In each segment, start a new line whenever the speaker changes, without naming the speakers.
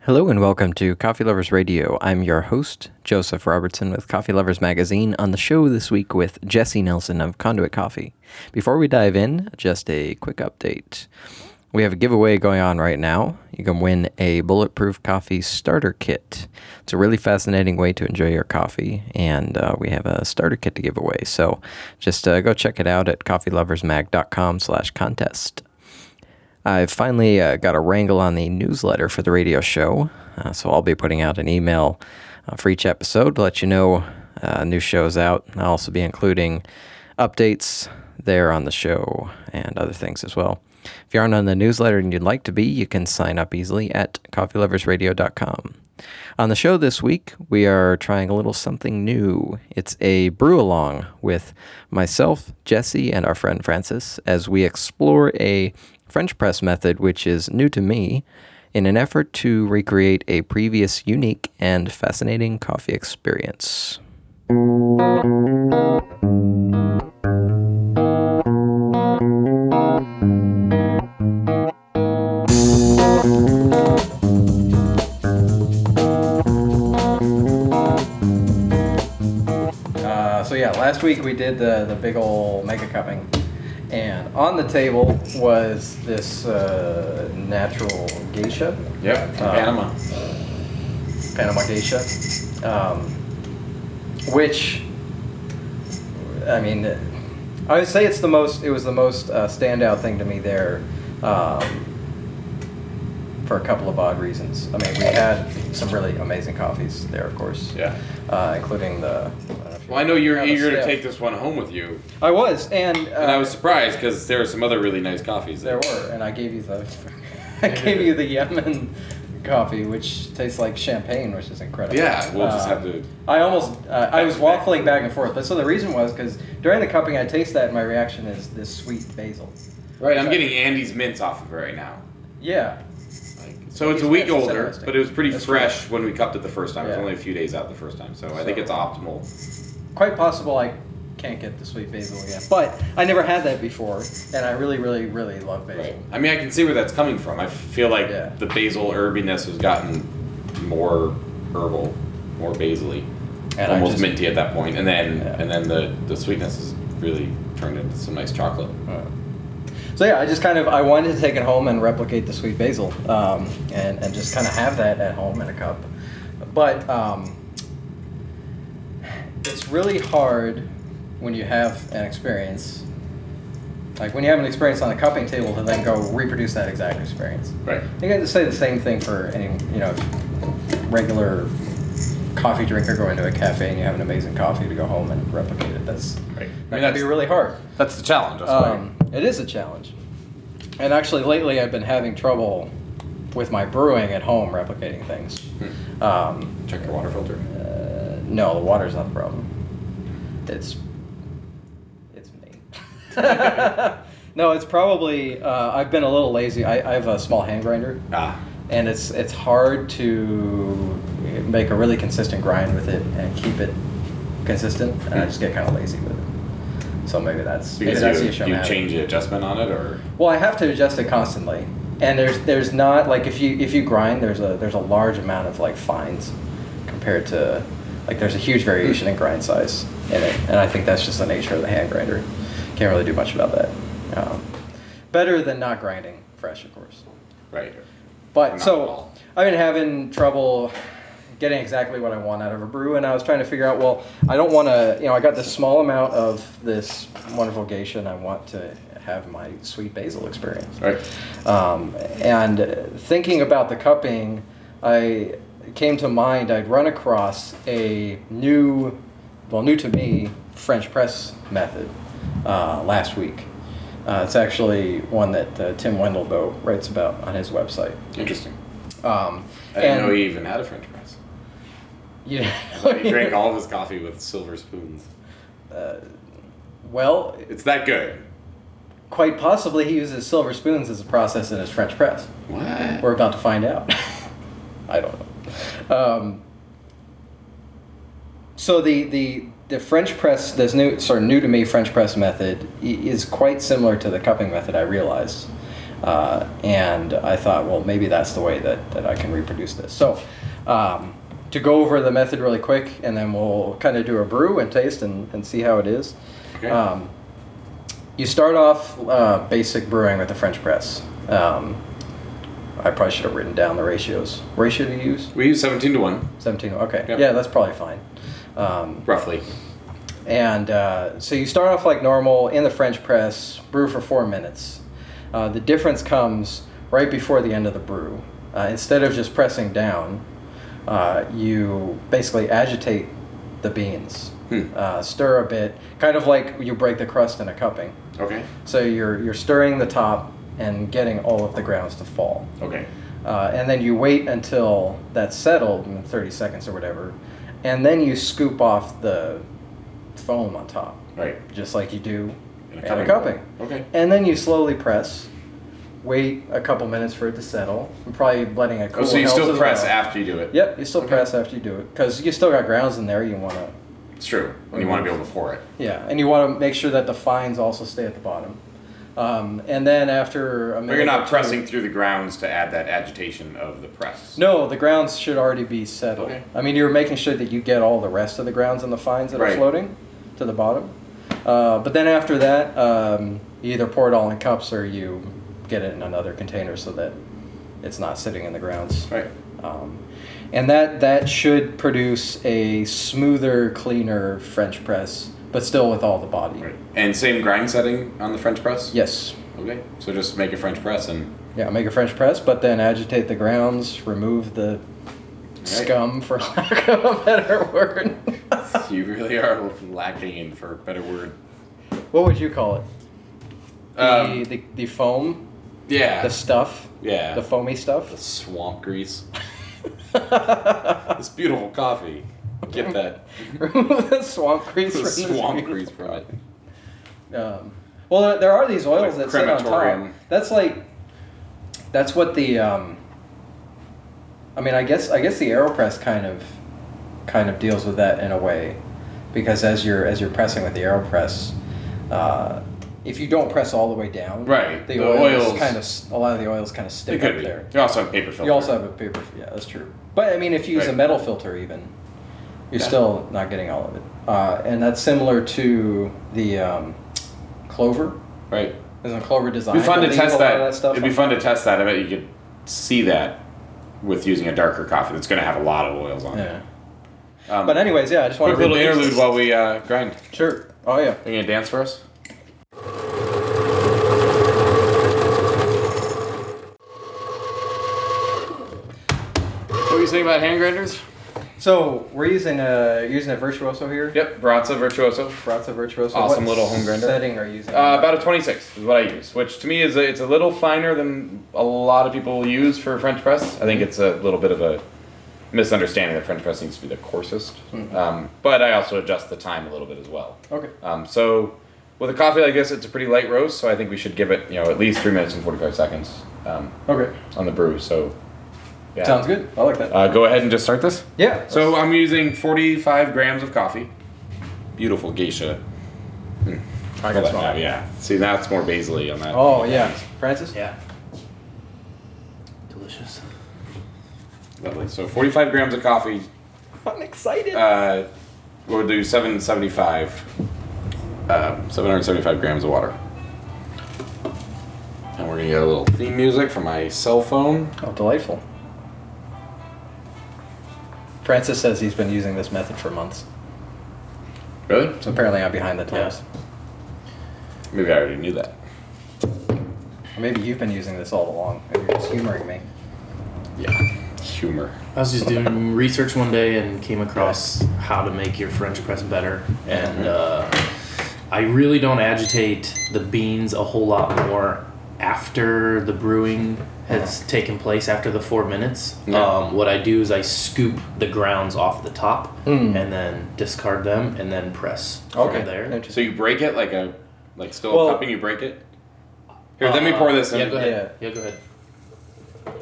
Hello and welcome to Coffee Lovers Radio. I'm your host, Joseph Robertson with Coffee Lovers Magazine, on the show this week with Jesse Nelson of Conduit Coffee. Before we dive in, just a quick update. We have a giveaway going on right now. You can win a Bulletproof Coffee Starter Kit. It's a really fascinating way to enjoy your coffee, and uh, we have a starter kit to give away. So just uh, go check it out at coffeeloversmag.com slash contest. I've finally uh, got a wrangle on the newsletter for the radio show, uh, so I'll be putting out an email uh, for each episode to let you know uh, new shows out. I'll also be including updates there on the show and other things as well. If you aren't on the newsletter and you'd like to be, you can sign up easily at coffeeloversradio.com. On the show this week, we are trying a little something new. It's a brew along with myself, Jesse, and our friend Francis as we explore a French press method, which is new to me, in an effort to recreate a previous unique and fascinating coffee experience. Uh, so yeah, last week we did the the big old mega cupping, and on the table was this uh, natural geisha,
Yep,
Uh,
Panama.
Panama geisha, um, which I mean, I would say it's the most. It was the most uh, standout thing to me there. Um, for a couple of odd reasons. I mean, we had some really amazing coffees there, of course.
Yeah.
Uh, including the. I don't know if you
Well, I know you're
have a
eager to
sip.
take this one home with you,
I was, and, uh,
and I was surprised because there were some other really nice coffees
there
there.
were, and I gave you the, I gave you the Yemen coffee, which tastes like champagne, which is incredible.
Yeah, we'll just have to-
I almost, uh, I was waffling back and forth, but so the reason was because during the cupping, I taste that, and my reaction is this sweet basil.
Right, I'm getting Andy's mints off of it right now.
Yeah,
Like, So it's
These
a week
mints are
older,
interesting.
but it was pretty
That's
fresh when we cupped it the first time. It was
Yeah.
only a few days out the first time, so I think
So-
it's optimal.
quite possible I can't get the sweet basil again, but I never had that before, and I really, really, really love basil.
I mean, I can see where that's coming from. I feel like
Yeah.
the basil herbiness has gotten more herbal, more basily,
And I
almost
just-
minty at that point, and then
Yeah.
and then the the sweetness has really turned into some nice chocolate.
Uh, So yeah, I just kind of I wanted to take it home and replicate the sweet basil, um, and and just kind of have that at home in a cup, but um, it's really hard when you have an experience, like when you have an experience on a cupping table, to then go reproduce that exact experience.
Right.
You got to say the same thing for any you know regular coffee drinker going to a cafe and you have an amazing coffee to go home and replicate it. That's that
Right. I mean,
can be
that's-
really hard.
That's the challenge. That's
Um, it is a challenge. And actually, lately I've been having trouble with my brewing at home replicating things. Um,
why. Hmm. Check your water filter.
uh, no, the water's not the problem. It's it's me. no, it's probably uh, I've been a little lazy. I, I have a small hand grinder,
Ah,
and it's it's hard to make a really consistent grind with it and keep it consistent. And I just get kind of lazy with it. So maybe that's maybe
because
that's the
you,
issue I'm
you
having.
change the adjustment on it, or
Well, I have to adjust it constantly, and there's there's not like if you if you grind there's a there's a large amount of like fines compared to like there's a huge variation in grind size in it, and I think that's just the nature of the hand grinder. Can't really do much about that. Um, better than not grinding fresh, of course.
right?
But
Not at
so
all.
I've been having trouble getting exactly what I want out of a brew, and I was trying to figure out. Well, I don't want to. You know, I got this small amount of this wonderful geisha, and I want to have my sweet basil experience.
Right.
Um, and uh, thinking about the cupping, I it came to mind I'd run across a new, well, new to me French press method uh, last week. Uh, it's actually one that uh, Tim Wendelboe writes about on his website.
Interesting.
Um,
I didn't
and
know he even had a French press.
you-
I thought he drank all of his coffee with silver spoons.
well,
It's that good.
quite possibly he uses silver spoons as a process in his French press.
What?
We're about to find out. I don't know. Um, so the, the the French press, this new sort of new to me French press method i- is quite similar to the cupping method. I realized, Uh, and I thought, well, maybe that's the way that, that I can reproduce this. So, um, to go over the method really quick, and then we'll kind of do a brew and taste and, and see how it is.
Okay.
Um, you start off uh, basic brewing with the French press. Um, I probably should have written down the ratios. Ratio to use?
We use 17 to 1,
17. Okay.
Yep.
Yeah, that's probably fine. Um,
roughly.
and uh, so you start off like normal in the French press, brew for four minutes. Uh, the difference comes right before the end of the brew. Uh, instead of just pressing down, uh, you basically agitate the beans,
Hmm.
uh, stir a bit, kind of like you break the crust in a cupping.
Okay.
So you're, you're stirring the top and getting all of the grounds to fall.
Okay.
Uh, and then you wait until that's settled in 30 seconds or whatever. And then you scoop off the foam on top,
Right.
just like you do
In
in
a
a
cupping.
cupping.
Okay.
And then you slowly press, wait a couple minutes for it to settle. and probably letting it cool.
oh, so you
helps
still
as
press
well.
after you do it?
Yep, you still
Okay.
press after you do it. Because you still got grounds in there you want to.
It's true. And you want to be able to pour it.
Yeah, and you want to make sure that the fines also stay at the bottom. Um, and then after a minute.
But you're
or
not
two-
pressing through the grounds to add that agitation of the press.
No, the grounds should already be settled.
Okay.
I mean, you're making sure that you get all the rest of the grounds and the fines that
Right.
are floating to the bottom. Uh, but then after that, um, you either pour it all in cups or you get it in another container so that it's not sitting in the grounds.
Right.
Um, and that that should produce a smoother, cleaner French press, but still with all the body.
Right. And same grind setting on the French press?
Yes.
Okay. So just make a French press and
Yeah, make a French press, but then agitate the grounds, remove the scum, for lack of a better word.
you really are lacking in, for a better word.
what would you call it? The,
Um,
the, the foam,
yeah.
the stuff,
yeah.
the foamy
The
stuff.
swamp grease. It's beautiful coffee. Get that
remove the swamp grease.
the
from the
swamp
screen.
grease from it.
Um, well, there, there are these oils
Like
that sit on top.
crematorium.
That's like, that's what the. Um, I mean, I guess I guess the Aeropress kind of, kind of deals with that in a way, because as you're as you're pressing with the Aeropress, uh, if you don't press all the way down,
Right,
the,
the
oils,
oils-
kind of s- a lot of the oils kind of
It
stick
could
up
be.
there.
You also have paper filter.
You also have a paper. Yeah, that's true. But I mean, if you use
Right.
a metal filter, even you're
Yeah.
still not getting all of it. Uh, and that's similar to the um, clover.
right.
Isn't clover design?
It'd be fun to test that. It'd be
on-
fun to test that. I bet you could see that with using a darker coffee that's going to have a lot of oils on
Yeah.
it. Um,
But anyways, yeah, I just want
quick
to
little interlude while we uh, grind. Are
Sure. Oh yeah.
you gonna dance for us? What do you think about hand grinders?
So we're using a using a virtuoso here.
Yep, Brazza Virtuoso.
Brazza virtuoso.
Awesome
What
little home grinder.
Setting are you using?
Uh, about a 26 is what I use, which to me is a, it's a little finer than a lot of people use for French press. I think it's a little bit of a misunderstanding that French press needs to be the coarsest. Um, but I also adjust the time a little bit as well.
okay.
Um, so with a coffee like this, it's a pretty light roast, so I think we should give it you know at least three minutes and 45 seconds um,
Okay.
on the brew. So yeah,
Sounds good. I like that.
Uh, go ahead and just start this.
yeah.
So I'm using 45 grams of coffee. Beautiful geisha.
I
Well,
got
that-
small.
yeah. See, that's more basil on that.
Oh yeah, Francis.
Yeah. Delicious.
Lovely. So 45 grams of coffee.
I'm excited.
Uh, we'll do 775. Uh, 775 grams of water. And we're gonna get a little theme music from my cell phone.
oh, delightful. Francis says he's been using this method for months.
Really?
So apparently I'm behind the times.
Maybe I already knew that.
Or maybe you've been using this all along and you're just humoring me.
Yeah. Humor.
I was just doing research one day and came across how to make your French press better. And uh, I really don't agitate the beans a whole lot more after the brewing has taken place after the four minutes.
Yeah.
Um, what I do is I scoop the grounds off the top
Mm.
and then discard them and then press
Okay.
from there.
So you break it like a like still
Well-
cupping. You break it. Here, let me pour this in.
uh, Yeah, go ahead. Yeah, go ahead.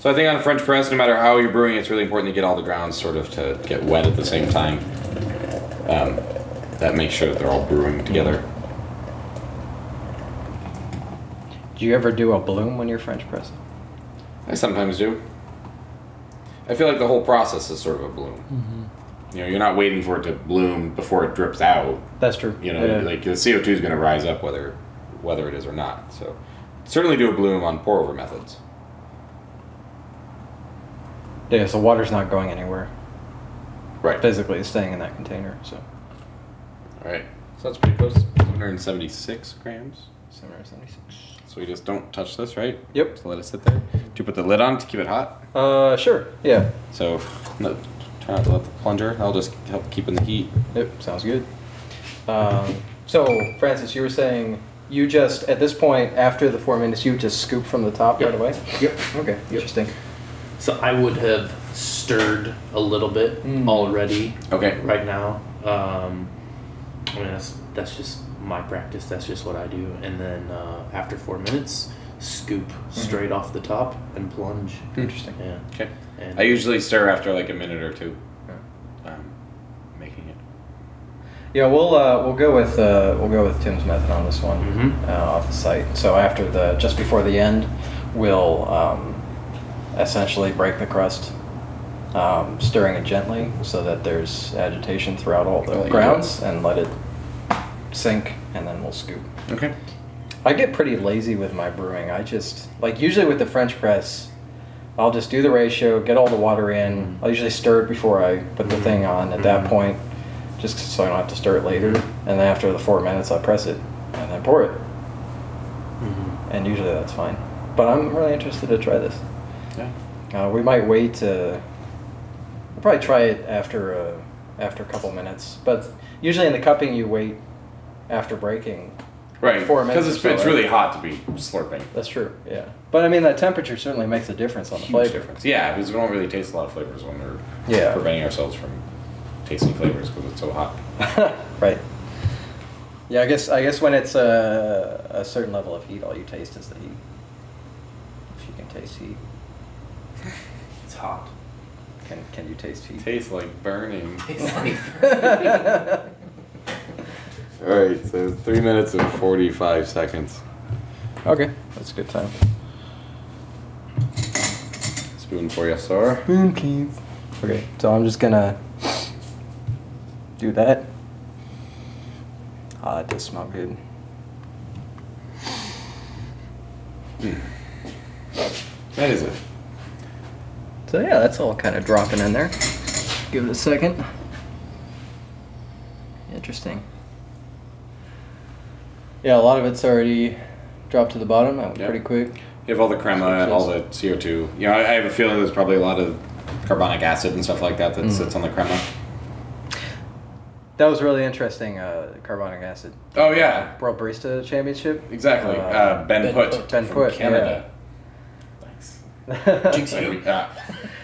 So I think on a French press, no matter how you're brewing, it's really important to get all the grounds sort of to get wet at the same time. Um, that makes sure that they're all brewing together.
Do you ever do a bloom when you're French pressing?
I sometimes do. I feel like the whole process is sort of a bloom. You know, you're not waiting for it to bloom before it drips out.
That's true.
You know, like the CO two is going to rise up whether whether it is or not. So certainly do a bloom on pour over methods.
yeah, so water's not going anywhere.
Right.
Physically, it's staying in that container. So,
All right. So that's pretty close. 176 grams.
776.
So we just don't touch this, right?
Yep.
So let it sit there. Do you put the lid on to keep it hot?
Uh, sure. Yeah.
So no, try not to let the plunger. I'll just help keep in the heat.
Yep, sounds good. Um, so, Francis, you were saying you just, at this point, after the four minutes, you just scoop from the top
Yep.
right away?
Yep.
Okay, interesting.
So I would have stirred a little bit
Mm.
already
Okay.
right now. Um, I mean, that's, that's just my practice. That's just what I do. And then uh, after four minutes, scoop straight off the top and plunge.
Interesting.
Yeah.
Okay.
And
I usually stir after like a minute or two.
Yeah.
Um, making it.
Yeah, we'll uh, we'll go with uh, we'll go with Tim's method on this one
Mhm.
uh, off the site. So after the just before the end, we'll um, essentially break the crust, um, stirring it gently so that there's agitation throughout all the
Let it
grounds, and let it sink, and then we'll scoop.
Okay.
I get pretty lazy with my brewing. I just like usually with the French press, I'll just do the ratio, get all the water
Mm.
in. I usually stir it before I put the thing on. At that point, just so I don't have to stir it later. And then after the four minutes, I press it and then pour it.
Mhm.
And usually that's fine. But I'm really interested to try this.
Yeah.
Uh, we might wait to. We'll probably try it after uh, after a couple minutes. But usually in the cupping, you wait after breaking.
Right.
Four minutes
Because it's,
or so,
it's
right?
really hot to be slurping.
That's true. Yeah, but I mean that temperature certainly makes a difference on the
Huge
flavor.
difference. Yeah, because we don't really taste a lot of flavors when we're
Yeah.
preventing ourselves from tasting flavors because it's so hot.
right. Yeah, I guess I guess when it's a, a certain level of heat, all you taste is the heat. If you can taste heat,
It's hot.
can can you taste heat?
tastes like burning.
okay.
All right, so three minutes and forty-five seconds.
That's a good time.
Spoon for you, sir.
Spoon, please. Okay, so I'm just gonna do that. Ah, it does smell good.
That is it.
So yeah, that's all kind of dropping in there. Give it a second. Interesting. Yeah, a lot of it's already dropped to the bottom. That went
Yeah.
pretty quick.
You have all the crema and all the CO two. You know, I, I have a feeling there's probably a lot of carbonic acid and stuff like that that
Mm.
sits on the crema.
That was really interesting. Uh, carbonic acid.
Oh yeah,
World Barista Championship.
exactly. Uh, ben,
Ben
Put,
Putt.
Ben
from
Putt,
Canada. uh,
Jinx you.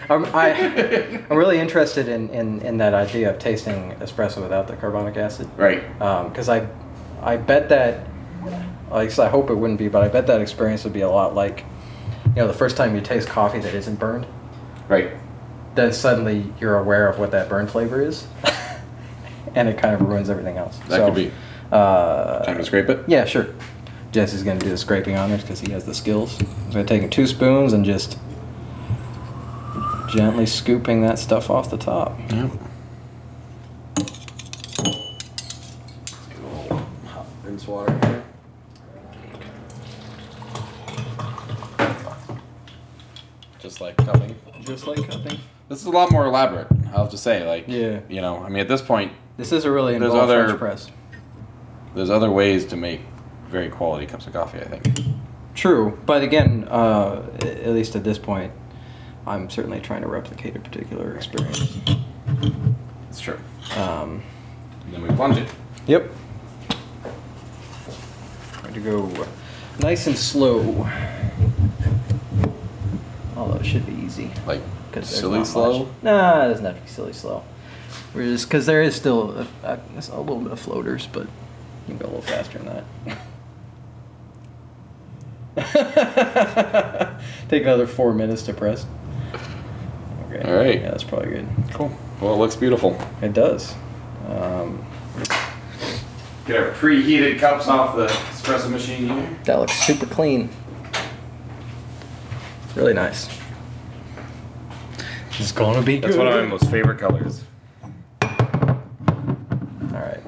I'm, I, I'm really interested in, in, in that idea of tasting espresso without the carbonic acid.
right.
because Um, I, I bet that, at least I hope it wouldn't be, but I bet that experience would be a lot like, you know, the first time you taste coffee that isn't burned,
Right.
then suddenly you're aware of what that burn flavor is, and it kind of ruins everything else.
That
So,
could be. Time
Uh,
to scrape it.
yeah, sure. Jesse's gonna do the scraping on it because he has the skills. He's gonna take two spoons and just gently scooping that stuff off the top.
Yep. Hot rinse water. here. Just like cupping.
Just like cupping.
This is a lot more elaborate. I'll have to say, like,
Yeah.
you know, I mean, at this point,
This is a really
There's
involved
other-
French press.
there's other ways to make very quality cups of coffee. I think.
True, but again, uh, a- at least at this point, I'm certainly trying to replicate a particular experience.
It's true.
Um,
And then we plunge it.
yep. Trying to go nice and slow. Although it should be easy.
Like
'cause there's not
silly
much.
slow.
Nah, it doesn't have to be silly slow. We're just because there is still a, a, a little bit of floaters, but you can go a little faster than that. Take another four minutes to press. Okay.
All right.
Yeah, that's probably good.
Cool. Well, it looks beautiful.
It does. Um,
Get our preheated cups off the espresso machine here.
that looks super clean. Really nice.
It's gonna be
That's
good.
one of my most favorite colors.
All right.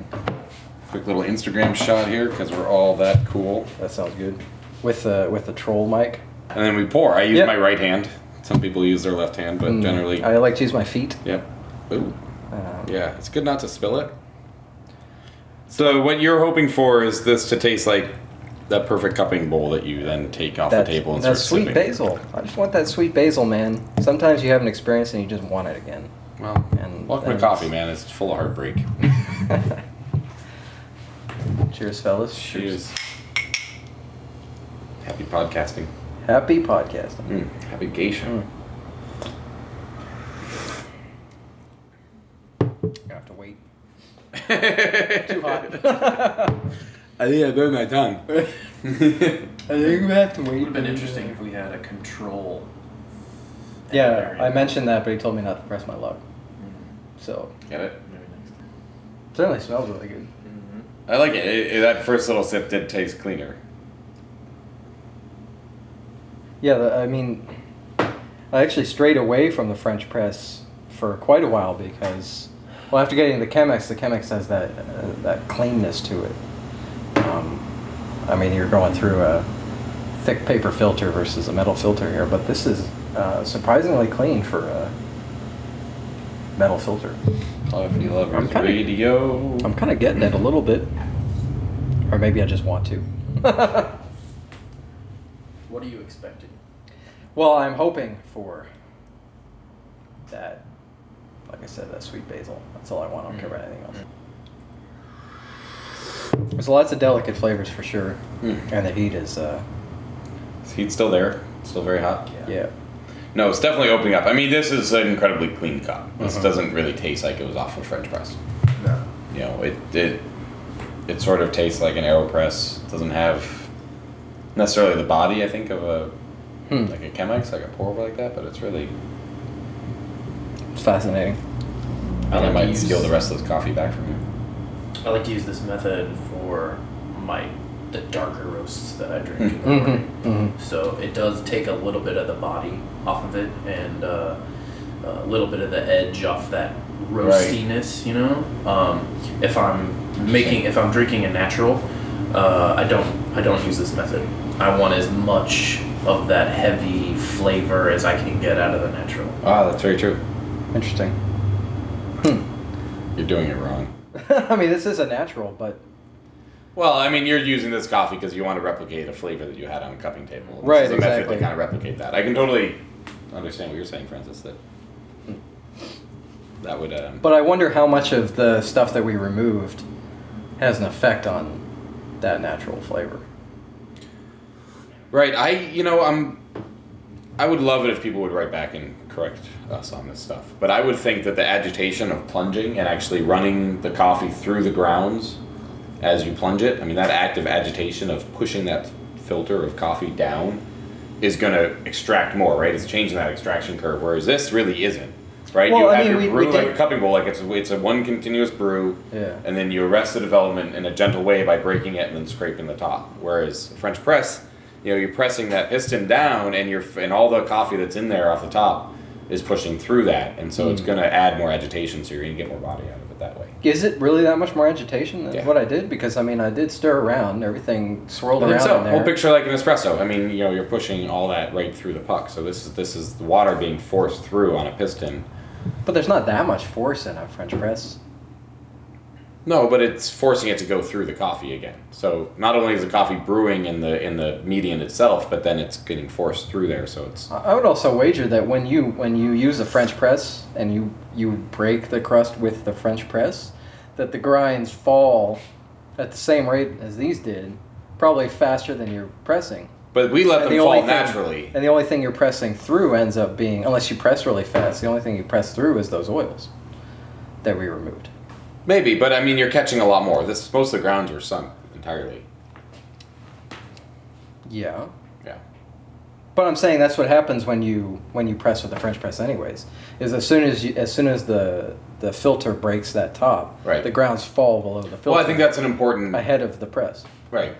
Quick little Instagram shot here because we're all that cool.
That sounds good. With the with the troll mic.
And then we pour. I use
Yep.
my right hand. Some people use their left hand, but
Mm,
generally,
I like to use my feet.
yep. Ooh.
Um,
Yeah, it's good not to spill it. So what you're hoping for is this to taste like that perfect cupping bowl that you then take off
that,
the table and
that
start
sweet
sipping.
basil. I just want that sweet basil, man. Sometimes you have an experience and you just want it again.
Well,
And
welcome to
that's-
coffee, man. It's full of heartbreak.
Cheers, fellas.
Cheers. Happy podcasting.
Happy podcasting.
Mm, happy geisha.
Mm. Gonna have to wait. Mm. Too hot.
I think I burned my tongue.
I think we have to wait.
It
uh,
would have been interesting if we had a control.
Yeah, I mentioned that, but he told me not to press my luck.
Mm-hmm.
So
Get it?
certainly smells really good.
Mm-hmm.
I like it. It- it- That first little sip did taste cleaner.
Yeah, the, I mean, I actually strayed away from the French press for quite a while because, well, after getting the Chemex, the Chemex has that uh, that cleanness to it. Um, I mean, you're going through a thick paper filter versus a metal filter here, but this is uh, surprisingly clean for a metal filter.
Coffee lovers
I'm kinda-
radio.
I'm kind of getting it a little bit, or maybe I just want to.
What are you expecting?
Well, I'm hoping for that. Like I said, that sweet basil. That's all I want. I don't care about anything else. There's lots of delicate flavors for sure,
Mm.
and the heat is, uh,
Is heat still there? Still very hot.
yeah.
No, it's definitely opening up. I mean, this is an incredibly clean cup. This
Mhm.
doesn't really taste like it was off a French press.
No.
You know, it it it sort of tastes like an Aeropress. It doesn't have necessarily the body I think of a
Hmm.
like a Chemex, like a pour over like that. But it's really
It's fascinating.
I, think I
like
might
to use-
steal the rest of this coffee back from you.
I like to use this method for my the darker roasts that I drink. in the
Mhm,
morning.
mhm.
So it does take a little bit of the body off of it and uh, a little bit of the edge off that roastiness. You know, um, if I'm making if I'm drinking a natural, uh, I don't I don't use this method. I want as much of that heavy flavor as I can get out of the natural.
Ah, that's very true.
Interesting. Hmm.
You're doing it wrong.
I mean, this is a natural, but
Well, I mean, you're using this coffee because you want to replicate a flavor that you had on a cupping table. This
Right,
is a method
exactly.
to kind of replicate that. I can totally understand what you're saying, Francis. That that would. Um,
but I wonder how much of the stuff that we removed has an effect on that natural flavor.
Right. I you know I'm. I would love it if people would write back and correct us on this stuff. But I would think that the agitation of plunging and actually running the coffee through the grounds as you plunge it, I mean, that act of agitation of pushing that filter of coffee down is going to extract more, right? It's changing that extraction curve, whereas this really isn't, right?
Well,
you
I
have
mean,
your
we-
brew
we
like
did-
a cupping bowl, like it's, it's a one continuous brew,
Yeah.
and then you arrest the development in a gentle way by breaking it and then scraping the top. Whereas French press, you know, you're pressing that piston down, and you're and all the coffee that's in there off the top is pushing through that, and so
Hmm.
it's going to add more agitation. So you're going to get more body out of it that way.
Is it really that much more agitation than
Yeah.
what I did? Because I mean, I did stir around, everything swirled
I think
around
so.
in there.
Well, picture like an espresso. I mean, you know, you're pushing all that right through the puck. So this is this is the water being forced through on a piston.
but there's not that much force in a French press.
No, but it's forcing it to go through the coffee again. So not only is the coffee brewing in the in the median itself, but then it's getting forced through there. So it's
I I would also wager that when you when you use a French press and you you break the crust with the French press, that the grinds fall at the same rate as these did, probably faster than you're pressing.
but we let
And
them
the only
fall
thing-
naturally.
And the only thing you're pressing through ends up being, unless you press really fast, the only thing you press through is those oils that we removed.
Maybe, but I mean, you're catching a lot more. This most of the grounds were sunk entirely.
Yeah.
Yeah.
But I'm saying that's what happens when you when you press with the French press, anyways. Is as soon as you, as soon as the the filter breaks that top,
Right.
the grounds fall below the filter.
Well, I think that's an important
ahead of the press.
right.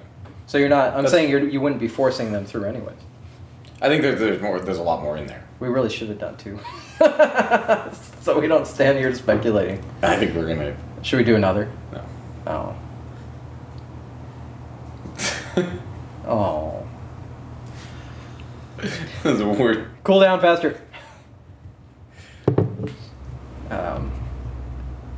So you're not. I'm
That's-
saying you're, you wouldn't be forcing them through anyways.
I think there's, there's more. There's a lot more in there.
We really should have done two. so we don't stand here speculating.
I think we're gonna.
Should we do another?
No.
Oh. Oh.
That's a word.
Cool down faster. Um,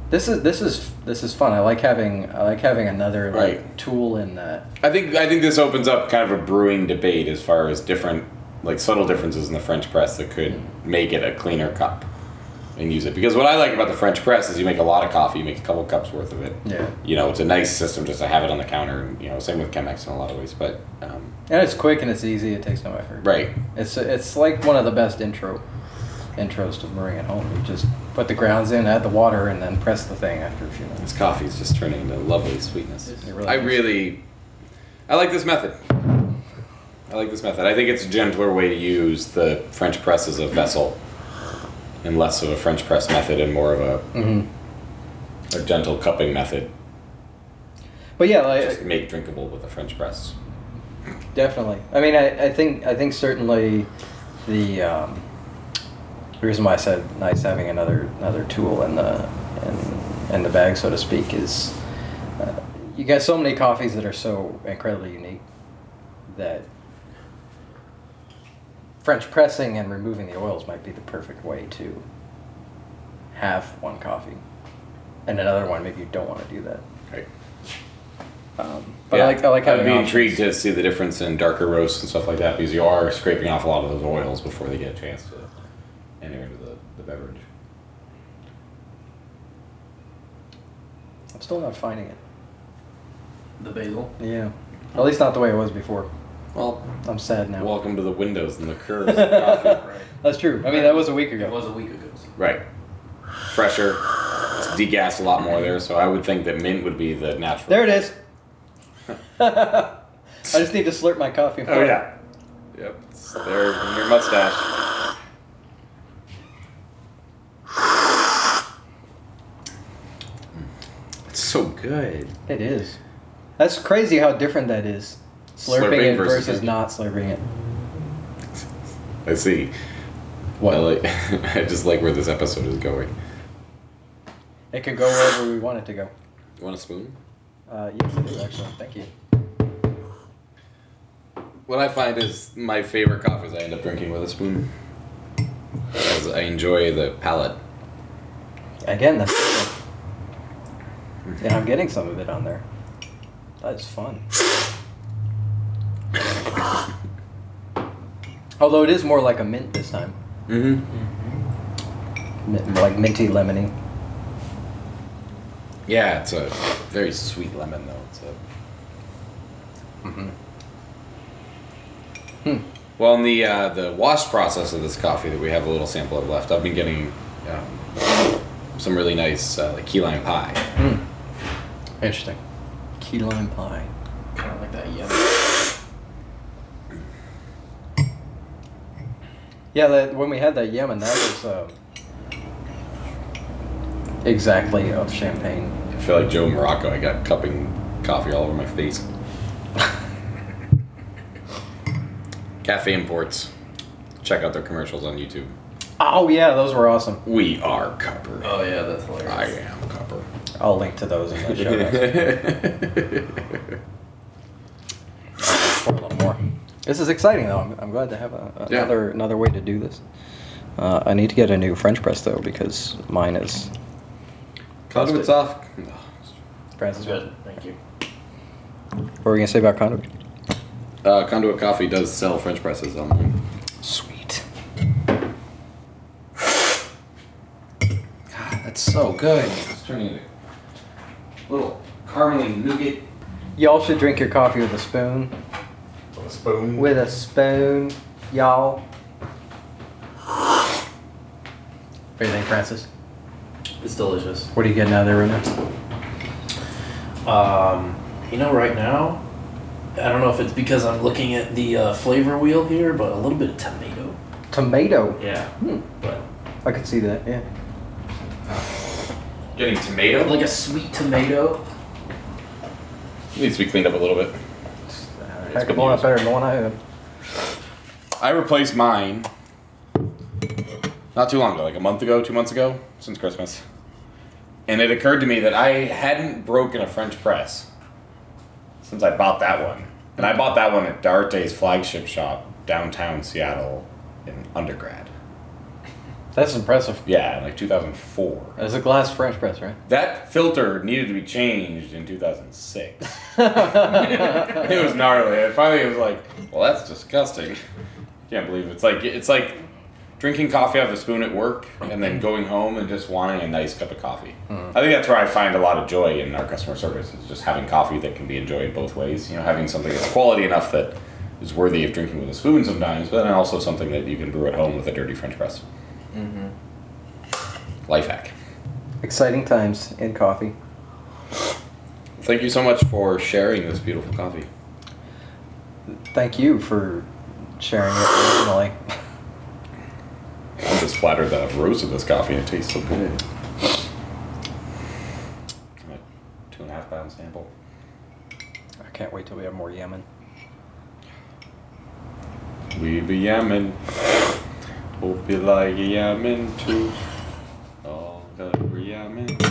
this is this is this is fun. I like having I like having another like
Right.
tool in the
I think I think this opens up kind of a brewing debate as far as different, like subtle differences in the French press that could make it a cleaner cup, and use it. Because what I like about the French press is you make a lot of coffee, you make a couple cups worth of it.
yeah.
You know, it's a nice system just to have it on the counter. And, you know, same with Chemex in a lot of ways. But um,
And it's quick and it's easy. It takes no effort.
right,
It's it's like one of the best intro intros to brewing at home. You just put the grounds in, add the water, and then press the thing after a few minutes.
this coffee is just turning into lovely sweetness.
It really
I
is.
really, I like this method. I like this method. I think it's a gentler way to use the French press as a vessel, and less of a French press method, and more of a,
Mm-hmm.
a gentle cupping method.
But yeah, like,
Just made drinkable with a French press.
Definitely. I mean, I, I think I think certainly the um, the reason why I said nice having another another tool in the in, in the bag, so to speak, is uh, you got so many coffees that are so incredibly unique that French pressing and removing the oils might be the perfect way to have one coffee and another one. Maybe you don't want to do that.
Right.
Um, but
Yeah.
I like I like having
I'd be
options.
intrigued to see the difference in darker roasts and stuff like that because you are scraping off a lot of those oils before they get a chance to enter into the, the beverage.
I'm still not finding it.
The basil.
Yeah. At least not the way it was before.
Well,
I'm sad now.
welcome to the windows and the curves of coffee.
Right.
That's true. I mean, that was a week
It
ago.
was a week ago.
Right. Fresher. It's degassed a lot more there, so I would think that mint would be the natural.
There it is. I just need to slurp my coffee.
Oh, yeah. Yep. It's there in your mustache. It's so good.
It is. That's crazy how different that is. Slurping, it versus, not slurping it.
I see. I, like, I just like where this episode is going.
It could go wherever we want it to go.
You want a spoon?
Uh, yes, it is, actually. Thank you.
What I find is my favorite coffees I end up drinking with a spoon. Because I enjoy the palate.
Again, that's. yeah, I'm getting some of it on there. That is fun. Although it is more like a mint this time.
Mm-hmm.
Mint, like minty lemony.
Yeah, it's a very sweet lemon though. It's a
Mm-hmm. Hmm.
well, in the uh, the wash process of this coffee that we have a little sample of left, I've been getting um, some really nice uh, like key lime pie.
Hmm. Interesting. Key lime pie.
Kind of like that yellow.
Yeah, that when we had that Yemen, that was uh, exactly of champagne.
I feel like Joe Morocco. I got cupping coffee all over my face. Cafe Imports. Check out their commercials on YouTube.
Oh yeah, those were awesome.
We are cupper.
Oh yeah, that's hilarious.
I am cupper.
I'll link to those in the show notes.
yeah,
for a little more. This is exciting though. I'm, I'm glad to have a,
Yeah.
another another way to do this. Uh, I need to get a new French press though because mine is
condiments off.
Francis. What
Good. Thank you.
were we gonna say about conduit?
Uh, Conduit Coffee does sell French presses online.
Sweet.
God, that's so good. It's turning into little caramely nougat.
Y'all should drink your coffee with a spoon.
A spoon.
With a spoon, y'all. What do you think, Francis?
It's delicious.
What are you getting out of there right now?
Um, you know, right now, I don't know if it's because I'm looking at the uh, flavor wheel here, but a little bit of tomato.
Tomato.
Yeah.
Hmm.
But
I could see that. Yeah.
Getting tomato.
like a sweet tomato.
needs to be cleaned up a little bit.
Heck,
good
one
news.
better than the one I had.
I replaced mine not too long ago, like a month ago, two months ago, since Christmas. And it occurred to me that I hadn't broken a French press since I bought that one. And I bought that one at Darte's flagship shop downtown Seattle in undergrad.
That's impressive.
Yeah, in like 2004.
It's a glass French press, right?
That filter needed to be changed in 2006. it was gnarly. And finally, it was like, well, that's disgusting. Can't believe it. it's like it's like drinking coffee off a spoon at work and then going home and just wanting a nice cup of coffee. I think that's where I find a lot of joy in our customer service is just having coffee that can be enjoyed both ways. You know, having something that's quality enough that is worthy of drinking with a spoon sometimes, but then also something that you can brew at home with a dirty French press. Life hack.
Exciting times in coffee.
Thank you so much for sharing this beautiful coffee.
Thank you for sharing it originally.
I'm just flattered that I've roasted this coffee and it tastes so good. Like two and a half pound sample.
I can't wait till we have more Yemen.
We be yamming. Hope you like yamming too. All that we yamming.